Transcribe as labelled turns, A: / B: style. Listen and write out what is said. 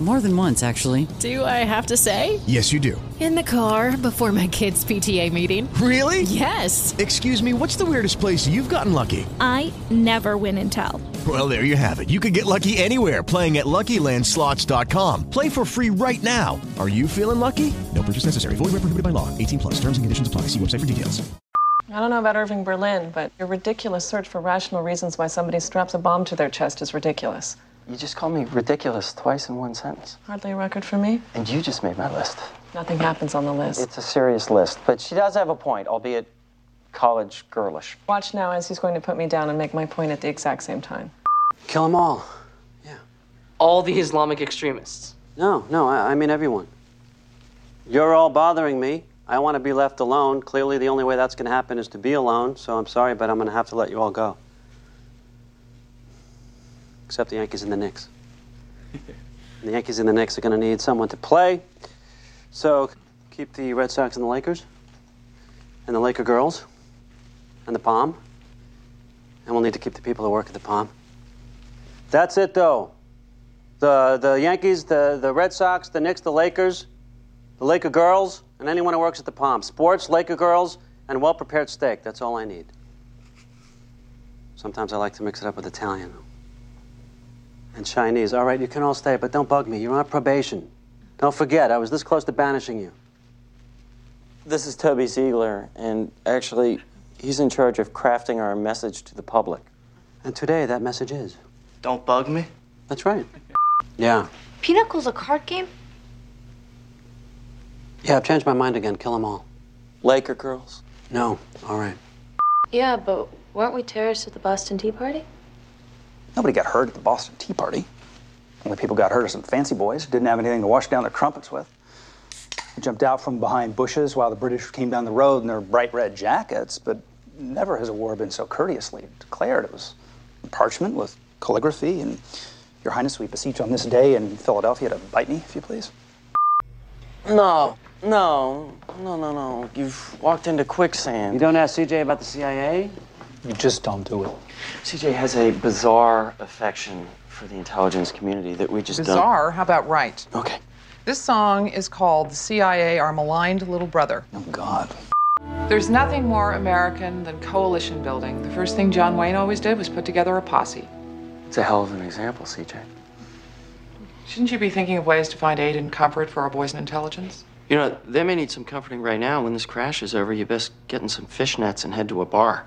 A: More than once, actually.
B: Do I have to say?
C: Yes, you do.
B: In the car before my kids' PTA meeting.
C: Really?
B: Yes.
C: Excuse me, what's the weirdest place you've gotten lucky?
D: I never win and tell.
C: Well, there you have it. You can get lucky anywhere playing at LuckyLandSlots.com. Play for free right now. Are you feeling lucky? No purchase necessary. Void where prohibited by law. 18 plus. Terms and conditions apply. See website for details.
E: I don't know about Irving Berlin, but your ridiculous search for rational reasons why somebody straps a bomb to their chest is ridiculous.
F: You just called me ridiculous twice in one sentence.
E: Hardly a record for me.
F: And you just made my list.
E: Nothing happens on the list.
F: It's a serious list, but she does have a point, albeit college girlish.
E: Watch now as he's going to put me down and make my point at the exact same time.
F: Kill them all. Yeah.
G: All the Islamic extremists.
F: No, no, I, I mean everyone. You're all bothering me. I want to be left alone. Clearly, the only way that's going to happen is to be alone, so I'm sorry, but I'm going to have to let you all go. Except the Yankees and the Knicks. the Yankees and the Knicks are going to need someone to play, so keep the Red Sox and the Lakers, and the Laker girls, and the Palm, and we'll need to keep the people who work at the Palm. That's it, though. The, the Yankees, the, the Red Sox, the Knicks, the Lakers, the Laker girls, and anyone who works at the Palm. Sports, Laker girls, and well prepared steak. That's all I need. Sometimes I like to mix it up with Italian and Chinese. All right, you can all stay, but don't bug me. You're on probation. Don't forget, I was this close to banishing you.
H: This is Toby Ziegler, and actually, he's in charge of crafting our message to the public.
F: And today, that message is
H: Don't bug me.
F: that's right. Yeah.
I: Pinnacle's a card game?
F: Yeah, I've changed my mind again. Kill them all.
H: Laker girls.
F: No. All right.
I: Yeah, but weren't we terrorists at the Boston Tea Party?
J: Nobody got hurt at the Boston Tea Party. Only people got hurt are some fancy boys who didn't have anything to wash down their crumpets with. They jumped out from behind bushes while the British came down the road in their bright red jackets, but never has a war been so courteously declared. It was parchment with calligraphy, and Your Highness, we beseech on this day in Philadelphia to bite me, if you please.
H: No, no, no, no, no. You've walked into quicksand.
F: You don't ask CJ about the CIA?
J: You just don't do it.
H: CJ has a bizarre affection for the intelligence community that we just
K: Bizarre? How about right?
H: don't. Okay.
K: This song is called The CIA Our Maligned Little Brother.
J: Oh, God.
K: There's nothing more American than coalition building. The first thing John Wayne always did was put together a posse.
H: It's a hell of an example, CJ.
K: Shouldn't you be thinking of ways to find aid and comfort for our boys in intelligence?
H: You know, they may need some comforting right now. When this crash is over, you best get in some fishnets and head to a bar.